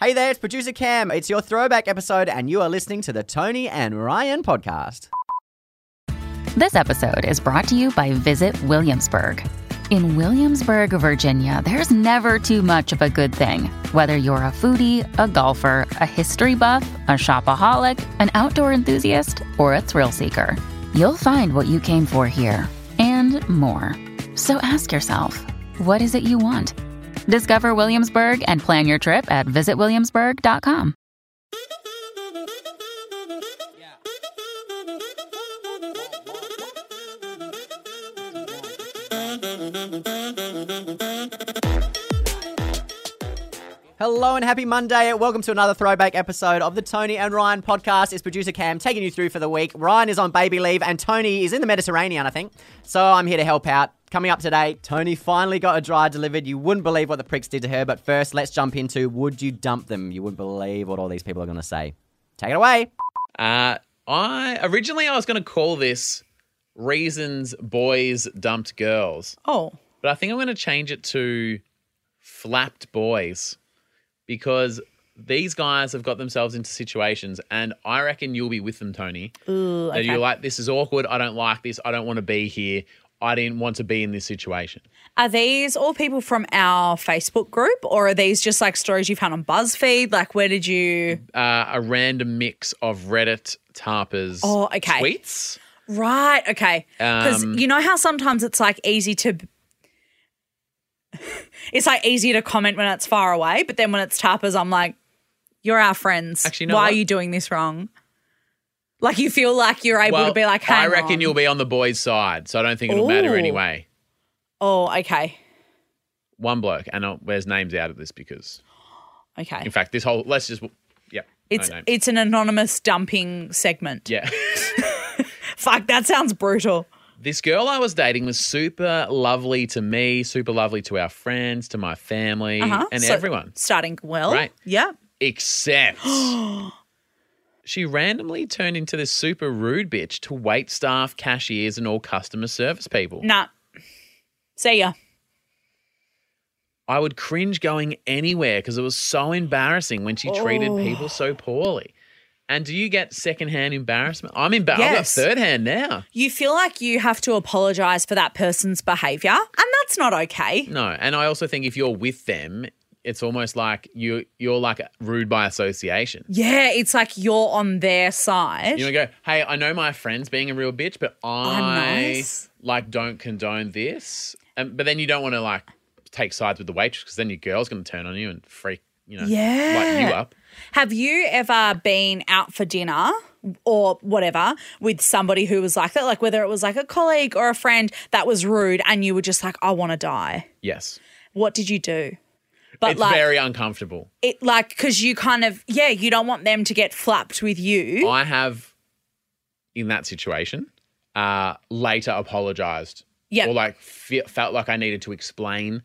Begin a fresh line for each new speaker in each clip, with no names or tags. Hey there, it's producer Cam. It's your throwback episode, and you are listening to the Tony and Ryan podcast.
This episode is brought to you by Visit Williamsburg. In Williamsburg, Virginia, there's never too much of a good thing. Whether you're a foodie, a golfer, a history buff, a shopaholic, an outdoor enthusiast, or a thrill seeker, you'll find what you came for here and more. So ask yourself, what is it you want? Discover Williamsburg and plan your trip at visitwilliamsburg.com.
Hello and happy Monday. Welcome to another throwback episode of the Tony and Ryan podcast. It's producer Cam taking you through for the week. Ryan is on baby leave and Tony is in the Mediterranean, I think. So I'm here to help out. Coming up today, Tony finally got a dryer delivered. You wouldn't believe what the pricks did to her, but first let's jump into would you dump them? You wouldn't believe what all these people are going to say. Take it away.
Uh, I originally I was going to call this "Reasons Boys Dumped Girls,"
Oh,
but I think I'm going to change it to "Flapped Boys" because these guys have got themselves into situations, and I reckon you'll be with them, Tony.
ooh,
That
okay.
you're like, "This is awkward. I don't like this. I don't want to be here. I didn't want to be in this situation."
are these all people from our Facebook group, or are these just like stories you found on BuzzFeed? Like, where did you?
Uh, a random mix of Reddit tarpers,
Oh, okay.
tweets.
Right, okay. Because
Um,
you know how sometimes it's like easy to. it's like easy to comment when it's far away, but then when it's tappers, I'm like, you're our friends.
Actually, you know
why
what?
are you doing this wrong? Like, you feel like you're able to be like, hey,
I reckon you'll be on the boys' side, so I don't think it'll
Ooh.
matter anyway.
Oh, okay.
one bloke, and I'll, there's names out of this because, in
Okay.
fact, this whole let's just, yeah,
It's
no names.
it's an anonymous dumping segment.
yeah.
Fuck, that sounds brutal.
this girl I was dating was super lovely to me, super lovely to our friends, to my family,
Uh-huh.
and
So,
everyone,
Starting well.
Right.
Yeah.
except she randomly turned into this super rude bitch to wait staff, cashiers, and all customer service people.
Nah. See ya.
I would cringe going anywhere because it was so embarrassing when she treated
Oh.
people so poorly. And do you get secondhand embarrassment? I'm embarrassed.
Yes.
I've got third hand now.
You feel like you have to apologize for that person's behavior, and that's not okay.
No, and I also think if you're with them, it's almost like you you're like rude by association.
Yeah, it's like you're on their side.
You know, go, hey, I know my friend's being a real bitch, but I
Oh, nice.
like don't condone this. And, but then you don't want to like take sides with the waitress because then your girl's going to turn on you and freak, you know, light
Yeah.
you up.
have you ever been out for dinner or whatever with somebody who was like that? Like whether it was like a colleague or a friend that was rude and you were just like, I want to die.
Yes,
What did you do? But
it's
like
very uncomfortable.
it like because you kind of yeah, you don't want them to get flapped with you.
I have in that situation uh, later apologized
Yeah.
or like fe- felt like I needed to explain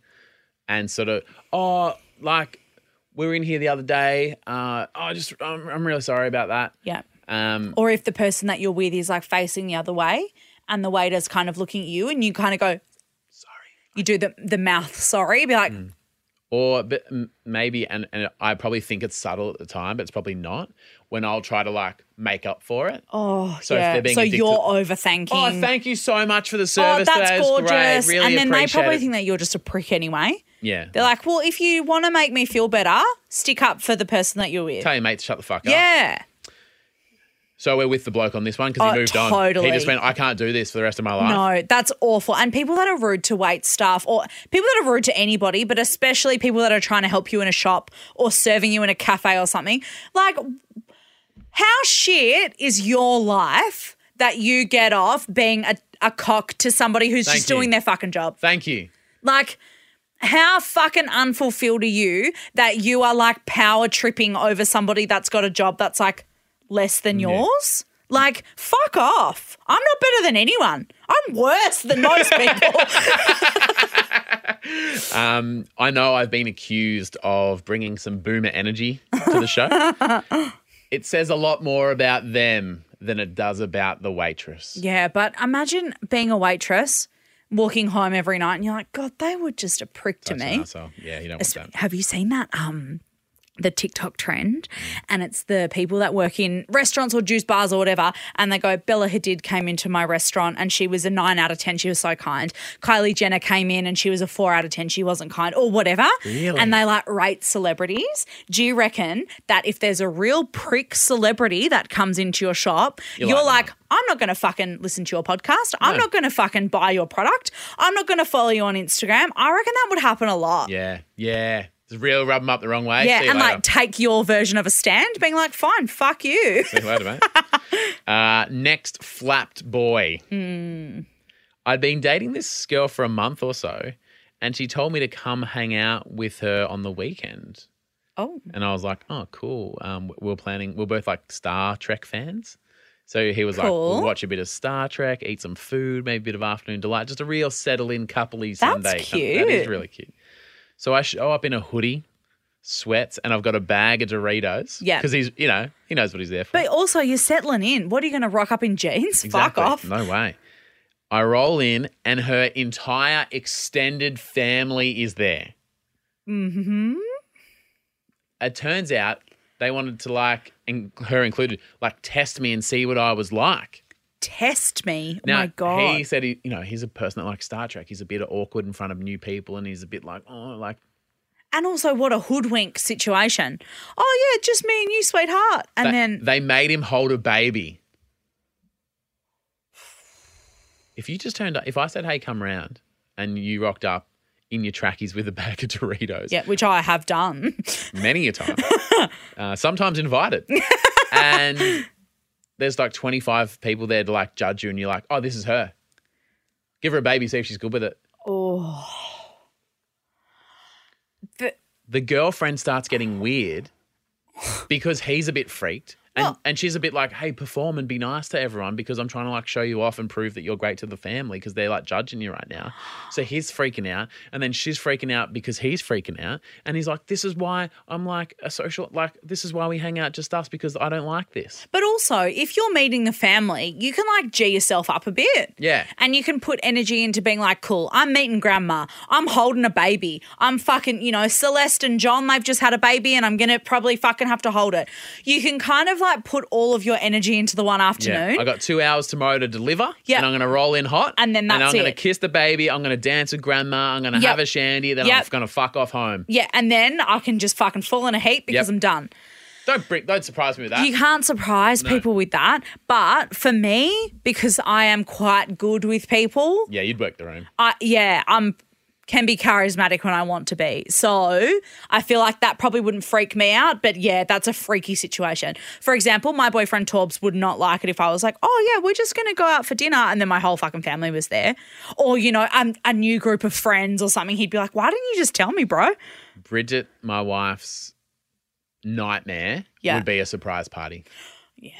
and sort of, oh, like we were in here the other day. Uh, oh, I just, I'm, I'm really sorry about that.
yeah.
Um,
or if the person that you're with is like facing the other way and the waiter's kind of looking at you and you kind of go sorry you do the the mouth sorry be like
Mm. or but m- maybe, and, and I probably think it's subtle at the time, but it's probably not when I'll try to like make up for it.
oh
So if
yeah
they're being
so
addicted-
you're overthanking
Oh, thank you so much for the
Oh,
service.
that's
today. It was
gorgeous
Great. Really
and then they
appreciate
probably
it.
think that you're just a prick anyway
yeah.
they're like well if you want to make me feel better stick up for the person that you're with
Tell your mate to shut the fuck up.
yeah
So we're with the bloke on this one because
Oh,
he moved on.
totally.
He just went, I can't do this for the rest of my life.
No, that's awful. And people that are rude to wait staff or people that are rude to anybody, but especially people that are trying to help you in a shop or serving you in a cafe or something. Like, how shit is your life that you get off being a, a cock to somebody who's
Thank
just
you.
doing their fucking job?
Thank you.
Like, how fucking unfulfilled are you that you are like power tripping over somebody that's got a job that's like less than yours? Like, fuck off. I'm not better than anyone. I'm worse than most people.
Um, I know I've been accused of bringing some boomer energy to the show. it says a lot more about them than it does about the waitress.
yeah, but imagine being a waitress, walking home every night, and you're like, God, they were just a prick to
That's an
me.
arsehole. Yeah, you don't want
Espe-
that.
Have you seen that? Um, the TikTok trend, and it's the people that work in restaurants or juice bars or whatever, and they go, Bella Hadid came into my restaurant and she was a nine out of 10. She was so kind. Kylie Jenner came in and she was a four out of 10. She wasn't kind or whatever.
Really?
And they like rate celebrities. Do you reckon that if there's a real prick celebrity that comes into your shop, you're,
like them.
like, I'm not going to fucking listen to your podcast. I'm not going to fucking buy your product. I'm not going to follow you on Instagram. I reckon that would happen a lot.
Yeah, yeah. Just real rub them up the wrong way.
Yeah,
See you
and
later.
like take your version of a stand, being like, fine, fuck you.
See you later, mate. Uh, next, flapped boy.
Hmm.
I'd been dating this girl for a month or so, and she told me to come hang out with her on the weekend.
Oh,
And I was like, oh, cool. Um, we we're planning, we we're both like Star Trek fans. So he was like, we'll
Cool.
watch a bit of Star Trek, eat some food, maybe a bit of afternoon delight, just a real settle in couple y Sunday. kind of- That is
cute.
really cute. So I show up in a hoodie, sweats, and I've got a bag of Doritos.
Yeah.
Because he's, you know, he knows what he's there for.
but also you're settling in. What are you going to rock up in jeans?
Exactly.
Fuck off.
No way. I roll in, and her entire extended family is there.
hmm
It turns out they wanted to, like, and her included, like, test me and see what I was like.
Test me.
Now,
oh my God.
he said, he, you know, he's a person that likes Star Trek. He's a bit awkward in front of new people, and he's a bit like, oh, like,
and also, what a hoodwink situation. Oh, yeah, just me and you, sweetheart. And
they,
then,
they made him hold a baby. If you just turned up, if I said, hey, come round, and you rocked up in your trackies with a bag of Doritos,
yeah, which I have done.
many a time, uh, sometimes invited. and there's like 25 people there to like judge you, and you're like, oh, this is her. Give her a baby, see if she's good with it.
oh. The-
The girlfriend starts getting weird because he's a bit freaked. And,
Well-
and she's a bit like, hey, perform and be nice to everyone because I'm trying to like show you off and prove that you're great to the family because they're like judging you right now. So he's freaking out. And then she's freaking out because he's freaking out. And he's like, this is why I'm like a social, like, this is why we hang out just us because I don't like this.
But also, if you're meeting the family, you can like G yourself up a bit.
Yeah.
And you can put energy into being like, cool, I'm meeting grandma. I'm holding a baby. I'm fucking, you know, Celeste and John, they've just had a baby and I'm going to probably fucking have to hold it. You can kind of like put all of your energy into the one afternoon.
I got two hours tomorrow to deliver.
Yeah.
And I'm going to roll in hot.
And then
And
that's
I'm going to
it.
kiss the baby. I'm going to dance with grandma. I'm going to
Yep.
have a shandy. Then I'm
Yep.
going to fuck off home.
yeah. And then I can just fucking fall in a heap because
Yep. Uh,
I'm done.
Don't bring, don't surprise me with that.
You can't surprise people with that. But for me, because I am quite good with people,
yeah, you'd work the room.
I yeah, I'm can be charismatic when I want to be. So I feel like that probably wouldn't freak me out, but yeah, that's a freaky situation. For example, my boyfriend Torbs would not like it if I was like, oh yeah, we're just gonna go out for dinner and then my whole fucking family was there. Or, you know, um, a new group of friends or something. He'd be like, why didn't you just tell me, bro?
Bridget, my wife's nightmare
Yeah.
would be a surprise party. Yeah.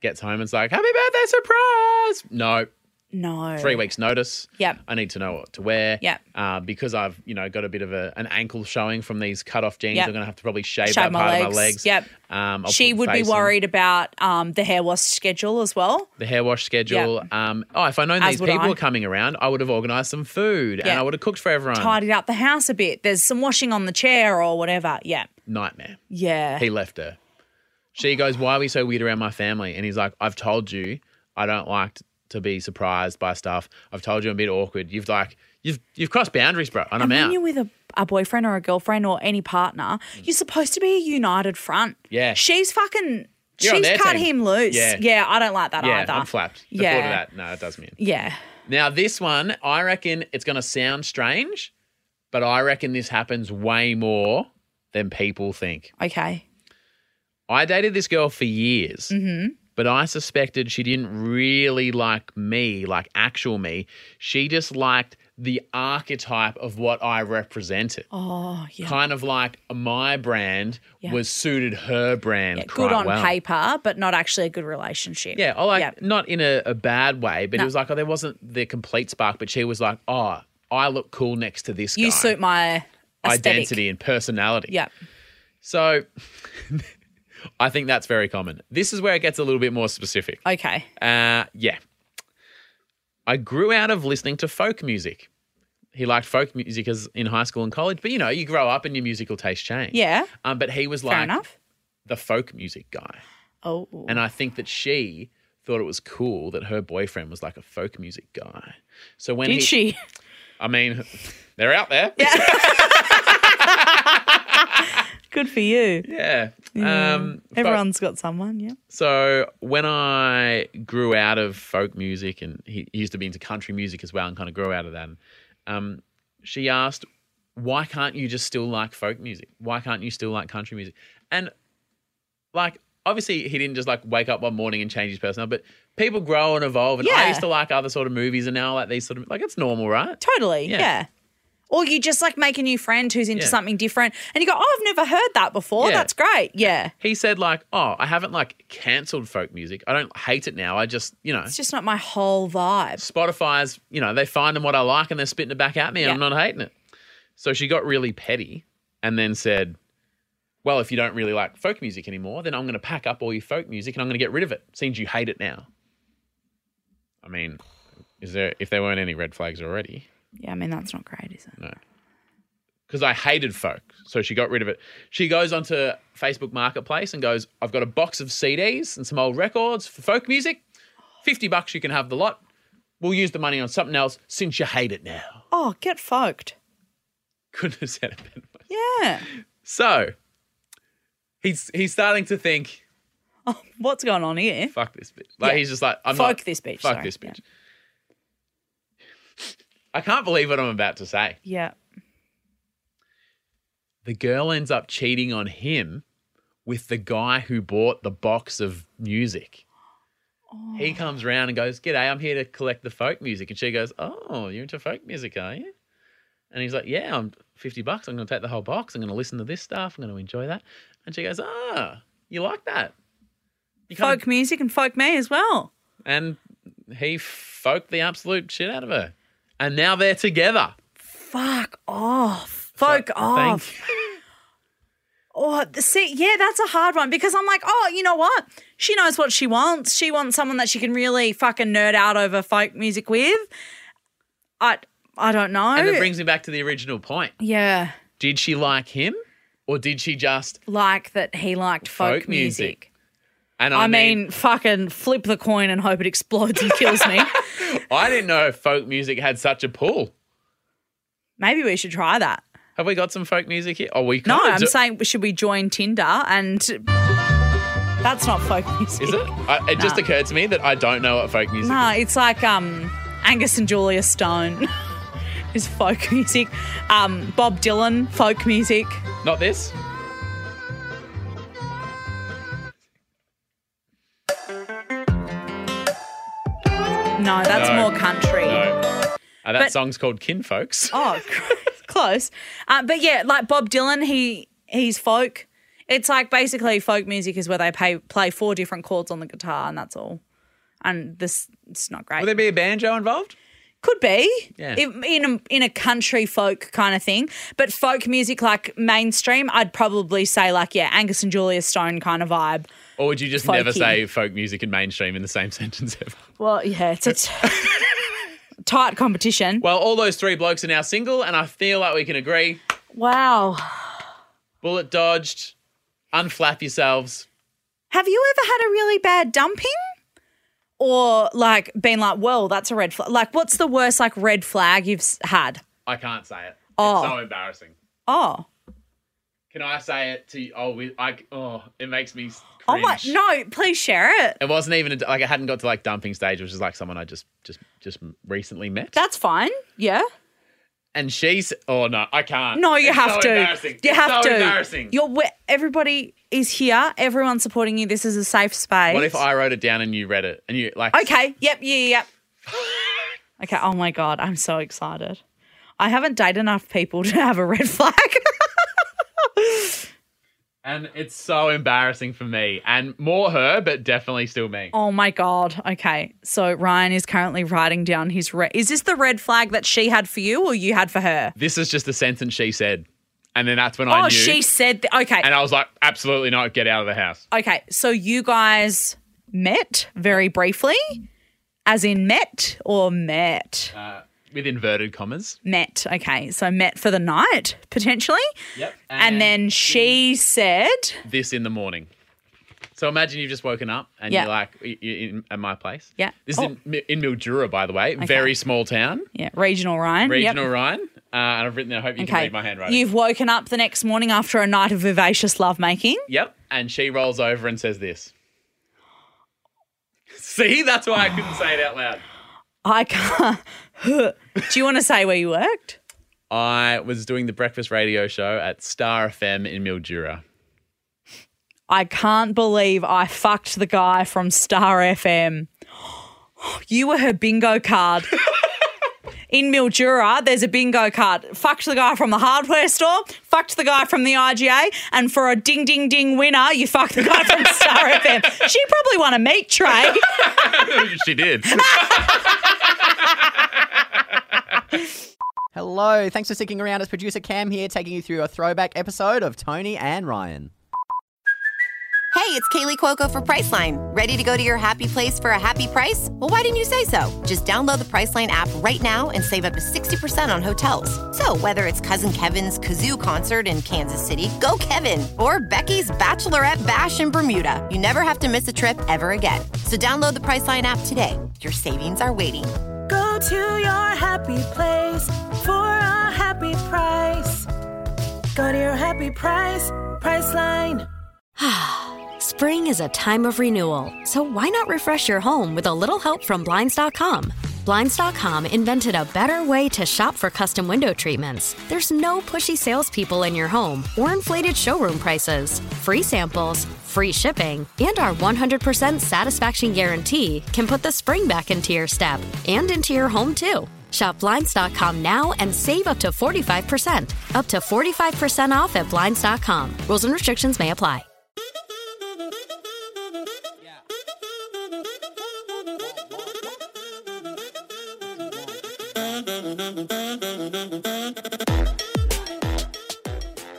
Gets home and's like, happy birthday, surprise. No,
No.
three weeks notice.
Oh. Yep.
I need to know what to wear.
Yep.
Uh, because I've, you know, got a bit of a, an ankle showing from these cut off jeans.
Yep.
I'm going to have to probably shave,
Shave
that
my
part of
legs.
my legs.
Yep.
Um, I'll
She
put
would be
face on.
worried about um, the hair wash schedule as well.
the hair wash schedule. Um, oh, if I known
As
these
would
people
I.
were coming around, I would have organised some food and
Yeah.
I would have cooked for everyone.
Tidied up the house a bit. There's some washing on the chair or whatever. Yeah.
Nightmare.
Yeah.
He left her. She goes, "Why are we so weird around my family?" And he's like, "I've told you I don't like t- to be surprised by stuff. I've told you I'm a bit awkward. You've like you've you've crossed boundaries, bro, and I'm
when
out."
you're with a, a boyfriend or a girlfriend or any partner, you're supposed to be a united front.
Yeah.
She's fucking,
You're on
she's
their
cut
team.
him loose.
Yeah.
Yeah. I don't like that
yeah,
either.
I'm flapped. The
Yeah.
thought of that, no, it does me. in.
Yeah.
Now this one, I reckon it's going to sound strange, but I reckon this happens way more than people think.
Okay.
I dated this girl for years,
Mm-hmm.
but I suspected she didn't really like me, like actual me. She just liked the archetype of what I represented.
Oh, yeah.
Kind of like my brand
Yeah.
was suited her brand.
Yeah,
quite
good on
well.
paper, but not actually a good relationship.
Yeah, I like
Yep.
not in a, a bad way, but it
No.
was like oh, there wasn't the complete spark, but she was like, oh, I look cool next to this
You
guy.
suit my aesthetic.
identity and personality.
Yeah.
So I think that's very common. This is where it gets a little bit more specific.
Okay.
Uh, yeah. I grew out of listening to folk music. He liked folk music as in high school and college, but you know, you grow up and your musical tastes change.
Yeah.
Um, but he was
Fair
like
enough.
the folk music guy.
Oh.
And I think that she thought it was cool that her boyfriend was like a folk music guy. So when
Did
he,
she?
I mean, they're out there.
Good for you.
Yeah. Um, but-
Everyone's got someone, yeah.
so when I grew out of folk music and he, he used to be into country music as well and kind of grew out of that, um, she asked, why can't you just still like folk music? Why can't you still like country music? And like, obviously he didn't just like wake up one morning and change his personality, but people grow and evolve. And I
Yeah.
used to like other sort of movies and now I like these sort of, like it's normal, right?
Totally,
Yeah.
yeah. Or you just like make a new friend who's into
Yeah.
something different and you go, oh, I've never heard that before.
Yeah.
That's great. Yeah.
He said like, oh, I haven't like cancelled folk music. I don't hate it now. I just, you know,
It's just not my whole vibe.
Spotify's, you know, they find them what I like and they're spitting it back at me and I'm
Yeah.
not hating it. So she got really petty and then said, Well, if you don't really like folk music anymore, then I'm going to pack up all your folk music and I'm going to get rid of it, since you hate it now. I mean, is there, if there weren't any red flags already,
Yeah, I mean, that's not great, is it?
because I hated folk. So she got rid of it. She goes onto Facebook Marketplace and goes, I've got a box of CDs and some old records for folk music. 50 bucks, you can have the lot. We'll use the money on something else since you hate it now.
Oh, get fucked.
couldn't have said it better.
Yeah.
So he's he's starting to think,
What's going on here?
fuck this bitch. Like
Yeah.
he's just like, I'm
Fuck
not-
this bitch,
Fuck
sorry.
this bitch. I can't believe what I'm about to say.
Yeah.
The girl ends up cheating on him with the guy who bought the box of music. He
Oh.
comes round and goes, G'day, I'm here to collect the folk music. And she goes, Oh, you're into folk music, are you? And he's like, Yeah, I'm 50 bucks. I'm going to take the whole box. I'm going to listen to this stuff. I'm going to enjoy that. And she goes, Ah, you like that? You kind of-
Folk music and folk me as well.
and he folk the absolute shit out of her. And now they're together.
Fuck off. Folk off.
Thank
Oh, th- see, yeah, that's a hard one because I'm like, oh, you know what? She knows what she wants. She wants someone that she can really fucking nerd out over folk music with. I, I don't know.
And it brings me back to the original point.
yeah,
Did she like him? Or did she just
like that he liked folk,
Folk music.
music.
and I,
I, mean, fucking flip the coin and hope it explodes and kills me.
I didn't know if folk music had such a pull.
Maybe we should try that.
Have we got some folk music here? Oh, we
No,
can't.
I'm saying should we join Tinder and that's not folk music.
Is it? I, it just
Nah.
occurred to me that I don't know what folk music
No, it's like um, Angus and Julia Stone is folk music. Um, Bob Dylan, folk music.
is. Not this.
No, that's
No.
more country.
No. Uh, that
But-
song's called Kinfolks.
Oh, close. Uh, but yeah, like Bob Dylan, he he's folk. It's like basically folk music is where they pay, play four different chords on the guitar and that's all. And this it's not great.
Will there be a banjo involved?
Could be.
Yeah.
In, in a, in a country folk kind of thing. But folk music, like mainstream, I'd probably say, like, yeah, Angus and Julia Stone kind of vibe.
Or would you just never
Folky.
say folk music and mainstream in the same sentence ever?
Well, yeah, it's a t- tight competition.
Well, all those three blokes are now single, and I feel like we can agree.
Wow.
Bullet dodged. Unflap yourselves.
Have you ever had a really bad dumping? Or like been like, well, that's a red flag. Like, what's the worst like red flag you've s- had?
I can't say it.
Oh.
It's so embarrassing.
Oh,
Can I say it to you? Oh, we, I, oh it makes me. Cringe.
oh my! No, please share it.
It wasn't even a, like I hadn't got to like dumping stage, which is like someone I just just just recently met.
That's fine. Yeah.
and she's oh no, I can't.
No, you
It's
have
so
to.
Embarrassing.
You
It's
have
so
to.
Embarrassing.
You're we- everybody is here. Everyone's supporting you. This is a safe space.
what if I wrote it down and you read it and you like?
Okay. Yep. Yeah. yeah, Yep. okay. Oh my god, I'm so excited. I haven't dated enough people to have a red flag.
And it's so embarrassing for me, and more her, but definitely still me.
oh my god. Okay. So Ryan is currently writing down his red. Is this the red flag that she had for you or you had for her?
This is just a sentence she said, and then that's when I
Oh,
knew.
she said. Th- okay.
and I was like, absolutely not, get out of the house.
okay. So you guys
Uh,
met very briefly, as in met or met.
with inverted commas.
met. Okay, so met for the night potentially,
Yep.
and then she said,
this in the morning. So imagine you've just woken up and
Yeah.
you're like y- you're in at my place.
Yeah.
This
Oh.
is in, Mi- in Mildura, by the way, very small town,
"Yeah, regional Ryan, yep.
regional Ryan. Uh, and I've written there. I hope you can read my handwriting.
You've woken up the next morning after a night of vivacious lovemaking.
Yep. And she rolls over and says this. See, that's why I couldn't say it out loud.
I can't. Do you want to say where you worked?
I was doing the breakfast radio show at Star FM in Mildura.
I can't believe I fucked the guy from Star FM. You were her bingo card. In Mildura, there's a bingo card. Fucked the guy from the hardware store, fucked the guy from the IGA, and for a ding ding ding winner, you fucked the guy from Star FM. She probably won a meat tray.
she did.
Hello, thanks for sticking around. It's producer Cam here, taking you through a throwback episode of Tony and Ryan.
Hey, it's Kaylee Cuoco for Priceline. Ready to go to your happy place for a happy price? Well, why didn't you say so? Just download the Priceline app right now and save up to 60% on hotels. So, whether it's Cousin Kevin's Kazoo concert in Kansas City, go Kevin, or Becky's Bachelorette Bash in Bermuda, you never have to miss a trip ever again. So, download the Priceline app today. Your savings are waiting.
Go to your happy place for a happy price. Go to your happy price, Priceline.
Spring is a time of renewal, so why not refresh your home with a little help from Blinds.com? Blinds.com invented a better way to shop for custom window treatments. There's no pushy salespeople in your home or inflated showroom prices. Free samples, free shipping, and our 100% satisfaction guarantee can put the spring back into your step and into your home too. Shop Blinds.com now and save up to 45%. Up to 45% off at Blinds.com. Rules and restrictions may apply.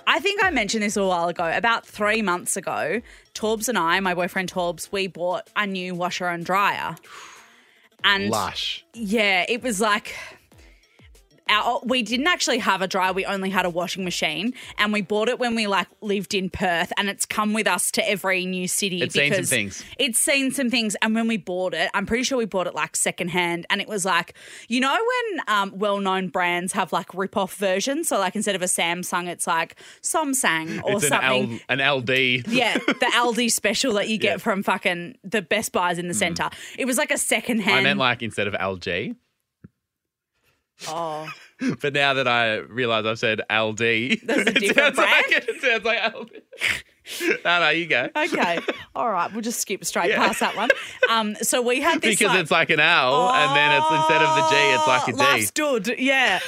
I think I mentioned this a while ago. About three months ago, Torbs and I, my boyfriend Torbs, we bought a new washer and dryer. And
Lush.
yeah, it was like our, we didn't actually have a dryer. We only had a washing machine, and we bought it when we like lived in Perth, and it's come with us to every new city.
It's seen some things.
It's seen some things, and when we bought it, I'm pretty sure we bought it like secondhand, and it was like you know when um, well-known brands have like rip-off versions. So like instead of a Samsung, it's like Samsung or
It's an,
something.
L, an LD.
yeah, the Aldi special that you get
Yeah. Mm.
from fucking the Best Buys in the centre. It was like a secondhand.
I meant like instead of LG.
oh.
But now that I realise I've said LD,
That's a
it, sounds
different
like, it sounds like LD. no, no, you go.
Okay. All right. We'll just skip straight past that one. Um, so we had this
Because
like,
it's like an L, and then it's instead of the G, it's like a D.
Life's good. Yeah.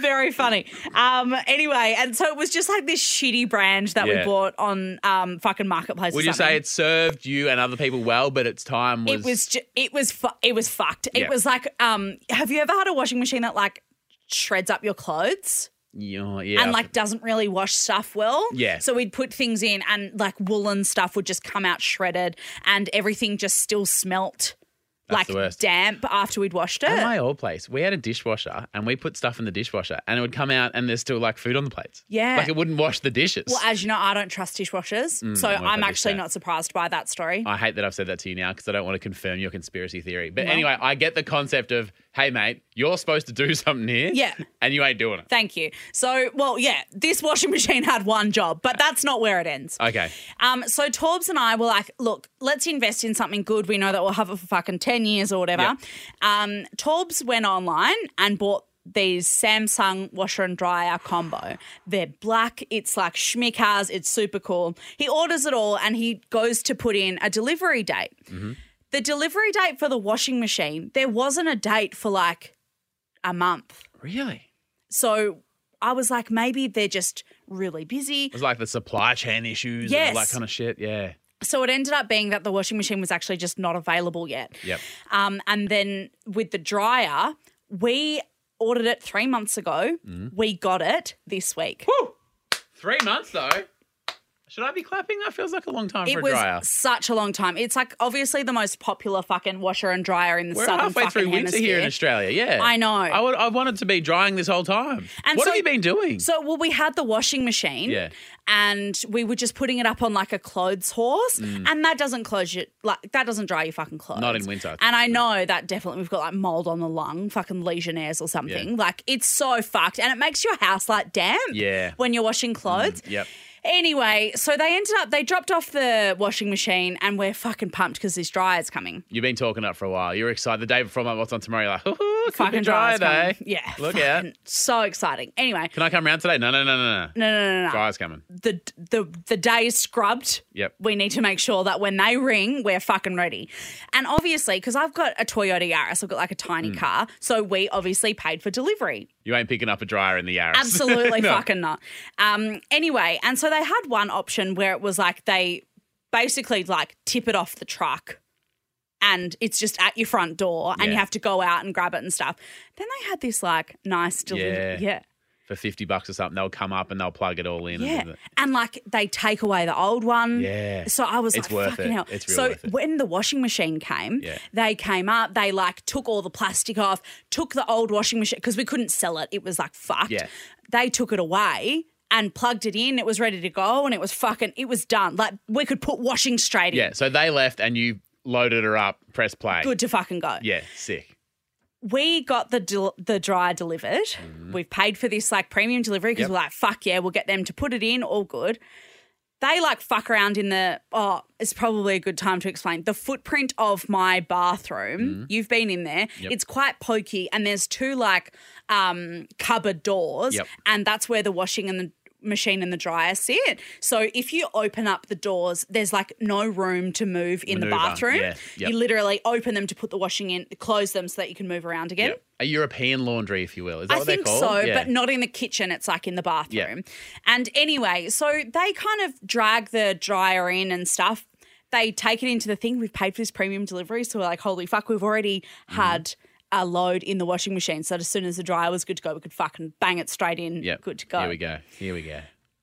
Very funny. Um, anyway, and so it was just like this shitty brand that we
Yeah.
bought on um, fucking marketplace. or
Would you
something.
say it served you and other people well, but its time was?
It was ju- it was fu- it was fucked. It
Yeah.
was like um, have you ever had a washing machine that like shreds up your clothes?
Yeah, yeah.
and like doesn't really wash stuff well.
Yeah.
So we'd put things in and like woolen stuff would just come out shredded and everything just still smelt like
the worst.
damp after we'd washed it.
At my old place, we had a dishwasher and we put stuff in the dishwasher and it would come out and there's still like food on the plates.
Yeah.
Like it wouldn't wash the dishes.
well, as you know, I don't trust dishwashers. so
I've
I'm
had
actually
that.
not surprised by that story.
I hate that I've said that to you now because I don't want to confirm your conspiracy theory. But anyway, I get the concept of, hey, mate, you're supposed to do something here.
Yeah.
And you ain't doing it.
Thank you. So, well, yeah, this washing machine had one job, but that's not where it ends.
Okay.
Um, so Torbs and I were like, look, let's invest in something good. We know that we'll have it for fucking 10 years or whatever. Um, Torbs went online and bought these Samsung washer and dryer combo. They're black, it's like schmickars, it's super cool. He orders it all and he goes to put in a delivery date. The delivery date for the washing machine, there wasn't a date for like a month.
Really?
So I was like, maybe they're just really busy.
It was like the supply chain issues and all
Yes.
that kind of shit. Yeah.
So it ended up being that the washing machine was actually just not available yet.
Yep.
Um, and then with the dryer, we ordered it three
Mm.
months ago. We got it this week.
Woo! Three months though. Should I be clapping? That feels like a long time for
It
a
was
dryer.
such a long time. It's like obviously the most popular fucking washer and dryer in the
We're
southern
halfway
fucking
through winter
hemisphere.
here in Australia. Yeah,
I know.
I, would, I wanted to be drying this whole time.
And
what
so-
have you been doing?
So, well, we had the washing machine,
Yeah.
and we were just putting it up on like a clothes horse, and that doesn't close you like that doesn't dry your fucking clothes.
Mm. Not in winter.
And I know that definitely we've got like mold on the lung, fucking legionnaires or something.
Yeah.
Like it's so fucked, and it makes your house like damp.
Yeah. Mm,
when you're washing clothes.
yep.
Anyway, so they ended up they dropped off the washing machine, and we're fucking pumped because this dryer's coming.
You've been talking up for a while. You're excited. The day before, my what's on tomorrow? You're like, "Ooh, could
Fucking
be dry
dryer's coming.
day.
Yeah,
Look
fucking
out.
So exciting. Anyway,
Can I come round today? No, no, no, no, no.
no, no, no, no, no.
Dryer's coming.
the the the day is scrubbed.
Yep.
We need to make sure that when they ring, we're fucking ready. And obviously, because I've got a Toyota Yaris, I've got like a tiny
Hmm.
car, so we obviously paid for delivery.
You ain't picking up a dryer in the Yaris.
Absolutely fucking not. Um. Anyway, and so they had one option where it was like they basically like tip it off the truck. And it's just at your front door, and you
Yeah.
have to go out and grab it and stuff. Then they had this like nice delivery.
Yeah.
yeah.
for fifty bucks or something, they'll come up and they'll plug it all in. and
Yeah.
do
And like they take away the old one.
Yeah.
So I was
It's
like,
worth it.
fucking hell.
It's real
so
worth it.
when the washing machine came,
Yeah.
they came up, they like took all the plastic off, took the old washing machine because we couldn't sell it. It was like fucked.
Yeah.
They took it away and plugged it in. It was ready to go and it was fucking, it was done. Like we could put washing straight
that.
in.
Yeah. So they left and you loaded her up, press play.
Good to fucking go.
Yeah, sick.
we got the del- the dryer delivered. We've paid for this like premium delivery because
Mm-hmm. Yep.
we're like, fuck yeah, we'll get them to put it in. All good. They like fuck around in the. Oh, it's probably a good time to explain the footprint of my bathroom.
Mm-hmm.
You've been in there. It's quite pokey, and there's two like um cupboard doors,
Yep.
and that's where the washing and the machine and the dryer sit. So if you open up the doors, there's like no room to move in the
Maneuver,
bathroom.
yeah, yep.
You literally open them to put the washing in, close them so that you can move around again.
Yeah. A European laundry, if you will. Is that
I
what
think
they're called?
so,
Yeah.
but not in the kitchen. It's like in the
Yeah.
bathroom. And anyway, so they kind of drag the dryer in and stuff. They take it into the thing. We've paid for this premium delivery. So we're like, holy fuck, we've already
Mm-hmm.
had a load in the washing machine. So as soon as the dryer was good to go, we could fucking bang it straight in.
Yep.
Good to go.
Here we go. Here we go.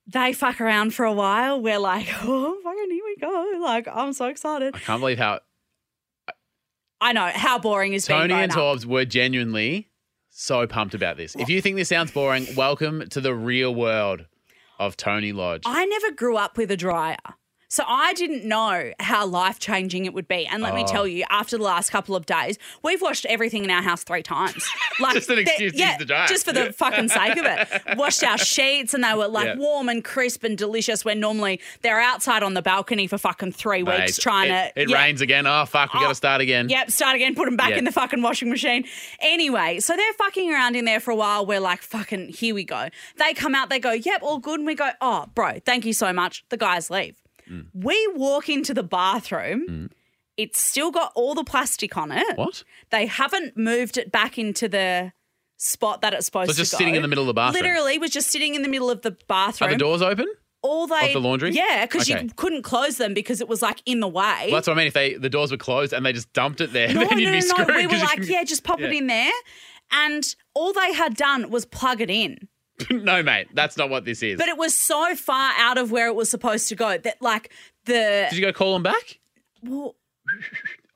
They fuck around for a while. We're like, oh, fucking here we go. Like, I'm so excited.
I can't believe how
I know. How boring is being
Tony
grown
and
up.
Torbs were genuinely so pumped about this. If you think this sounds boring, welcome to the real world of Tony Lodge.
I never grew up with a dryer. So I didn't know how life changing it would be. And
Oh.
let me tell you, after the last couple of days, we've washed everything in our house three times. Like
Just an
they-
excuse to use the dryer.
Just for the fucking sake of it. Washed our sheets and they were like
Yeah.
warm and crisp and delicious when normally they're outside on the balcony for fucking three
Mate,
weeks trying
it,
to
It
Yeah.
rains again. Oh fuck, we got to start again.
Yep, start again, put them back
Yeah.
in the fucking washing machine. Anyway, so they're fucking around in there for a while. We're like, fucking, here we go. They come out, they go, yep, all good. And we go, oh, bro, thank you so much. The guys leave.
Mm.
We walk into the bathroom. It's still got all the plastic on it.
What?
They haven't moved it back into the spot that it's supposed
So it's just
to go.
sitting in the middle of the bathroom?
Literally, was just sitting in the middle of the
Are
bathroom.
the doors open?
all they
of the laundry?
Yeah, because
Okay.
you couldn't close them because it was like in the way.
Well, that's what I mean. If they the doors were closed and they just dumped it there, then you'd be screwed.
We were
'cause you
like,
couldn't-
yeah, just pop it
Yeah.
in there. And all they had done was plug it in.
no, mate, that's not what this is.
But it was so far out of where it was supposed to go that, like, the.
Did you go call them back?
Well,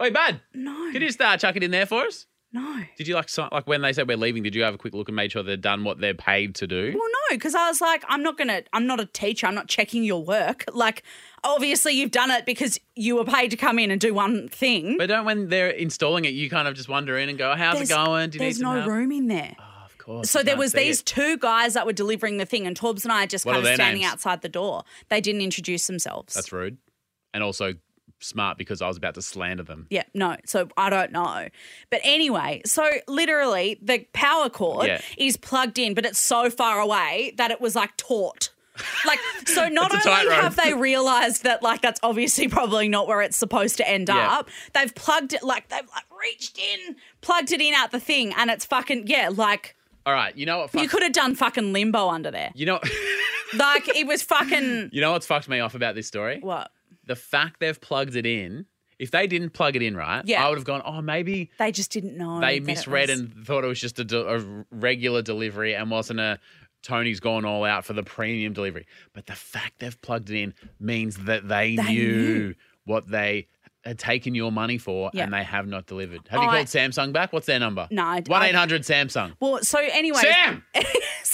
Oi, bud,
no,
could you start chuck it in there for us?
no.
Did you like si- like when they said we're leaving? Did you have a quick look and made sure they're done what they're paid to do?
Well, no, because I was like, I'm not going to, I'm not a teacher. I'm not checking your work. Like, obviously, you've done it because you were paid to come in and do one thing.
But don't when they're installing it, you kind of just wander in and go, "How's it going? Do you
there's
need some
no
help?" Oh,
room in there.
Of course.
So
you
there
can't
was
see
these
it.
two guys that were delivering the thing, and Torbs and I are just
What are
kind of
their
standing
names?
outside the door. They didn't introduce themselves.
That's rude, and also smart because I was about to slander them.
Yeah, no. So I don't know. But anyway, so literally the power cord
Yeah.
is plugged in, but it's so far away that it was like taut. Like, so not
It's a
only
tightrope.
have they realized that, like, that's obviously probably not where it's supposed to end
Yeah.
up, they've plugged it, like, they've like reached in, plugged it in out the thing, and it's fucking, yeah, like,
All right, you know what? Fuck,
you could have done fucking limbo under there.
You know,
Like, it was fucking,
you know what's fucked me off about this story?
what?
The fact they've plugged it in. If they didn't plug it in right,
Yeah.
I would have gone, "Oh, maybe."
They just didn't know.
they
that it
misread
was-
and thought it was just a, de- a regular delivery and wasn't a Tony's gone all out for the premium delivery. But the fact they've plugged it in means that they,
They
knew,
knew.
what they had taken your money for
Yeah.
and they have not delivered. Have you
I-
called Samsung back? What's their number?
No, I-
1 800 Samsung.
Well, so anyway,
Sam!
Sam,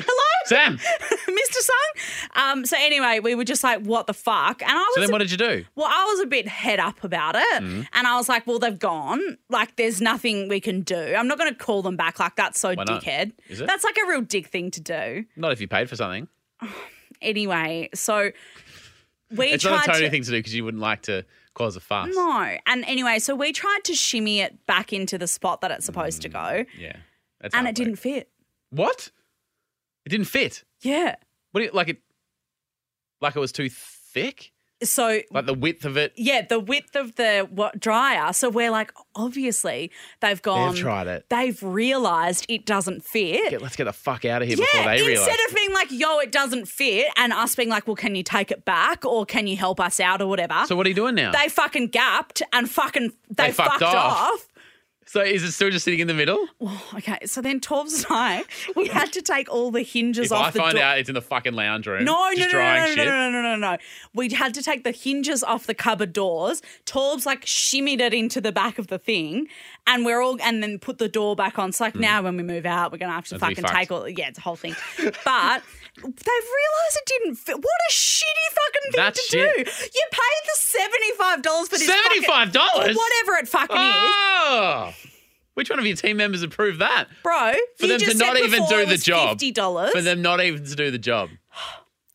hello,
Sam!
Mr. Sung. Um, so anyway, we were just like, what the fuck? And I was
So then
a-
what Mm. did you do?
Well, I was a bit head up about it. And I was like, well, they've gone. Like, there's nothing we can do. I'm not going to call them back. Like, that's so
Why not?
dickhead.
Is it?
That's like a real dick thing to do.
Not if you paid for something.
Anyway, so we
It's
tried
not a Tony
to.
thing to do because you wouldn't like to cause a fuss.
No. And anyway, so we tried to shimmy it back into the spot that it's supposed to go.
Yeah. That's
And
how
it didn't
works.
fit.
What? It didn't fit.
Yeah.
What do you like it like it was too thick?
So
Like the width of it.
yeah, the width of the what dryer. So we're like, obviously they've gone.
tried it.
They've realised it doesn't fit.
Get- let's get the fuck out of here
yeah.
before they
instead
realize.
of being like, yo, it doesn't fit, and us being like, well, can you take it back or can you help us out or whatever?
so what are you doing now?
they fucking gapped and fucking they,
They fucked off.
off.
so is it still just sitting in the middle?
Okay, so then Torbs and I, we had to take all the hinges
If
off
I
the
find
door.
out it's in the fucking lounge room,
No, no,
just
no,
drying
no, no,
shit.
no, no, no, no, no. We had to take the hinges off the cupboard doors. Torbs like shimmied it into the back of the thing, and we're all and then put the door back on. It's like now when we move out, we're gonna have to
That'd Mm. be
fucking take
fucked.
all. Yeah, it's a whole thing. but they've realised it didn't fit. What a shitty fucking thing
That's
to
shit.
do. You paid the seventy five dollars for this. fucking-
$75?
Whatever it fucking is.
Oh! Which one of your team members approved that?
Bro,
For
you
them
just
to
said
not even
before
do
it
the
was
job.
Fifty dollars
For them not even to do the job.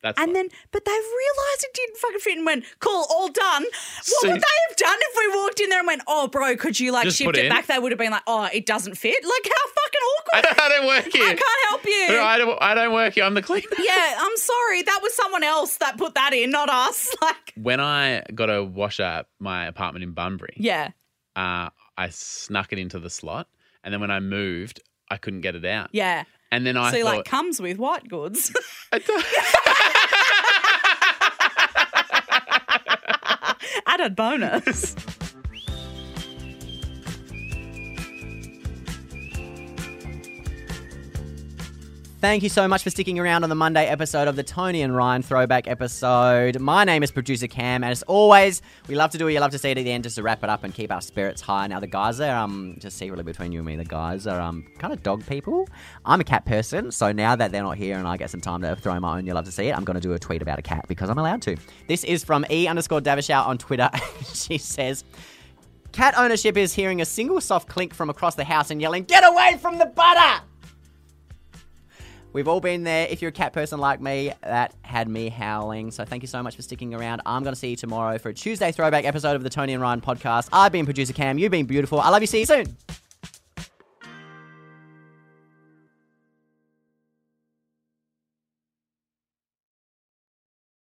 That's
And
fucked.
then, but they realised it didn't fucking fit and went, cool, all done. What
So-
would they have done if we walked in there and went, oh, bro, could you like
Just
shift
put
it
in.
back? They would have been like, oh, it doesn't fit. Like, how
I
fucking
don't,
awkward.
I don't work here.
I can't help you.
I don't, I don't work here. I'm the cleaner.
yeah, I'm sorry. That was someone else that put that in, not us. Like,
When I got a washer at my apartment in Bunbury,
yeah.
uh, I snuck it into the slot. And then when I moved, I couldn't get it out.
Yeah.
And then I
so,
thought,
like, comes with white goods. Added bonus.
Thank you so much for sticking around on the Monday episode of the Tony and Ryan throwback episode. My name is producer Cam, and as always, we love to do what you love to see it at the end just to wrap it up and keep our spirits high. Now, the guys are, um, just secretly between you and me, the guys are um, kind of dog people. I'm a cat person, so now that they're not here and I get some time to throw my own you love to see it, I'm going to do a tweet about a cat because I'm allowed to. This is from E underscore Davishout on Twitter. she says, Cat ownership is hearing a single soft clink from across the house and yelling, Get away from the butter! We've all been there. If you're a cat person like me, that had me howling. So thank you so much for sticking around. I'm going to see you tomorrow for a Tuesday throwback episode of the Tony and Ryan podcast. I've been producer Cam. You've been beautiful. I love you. See you soon.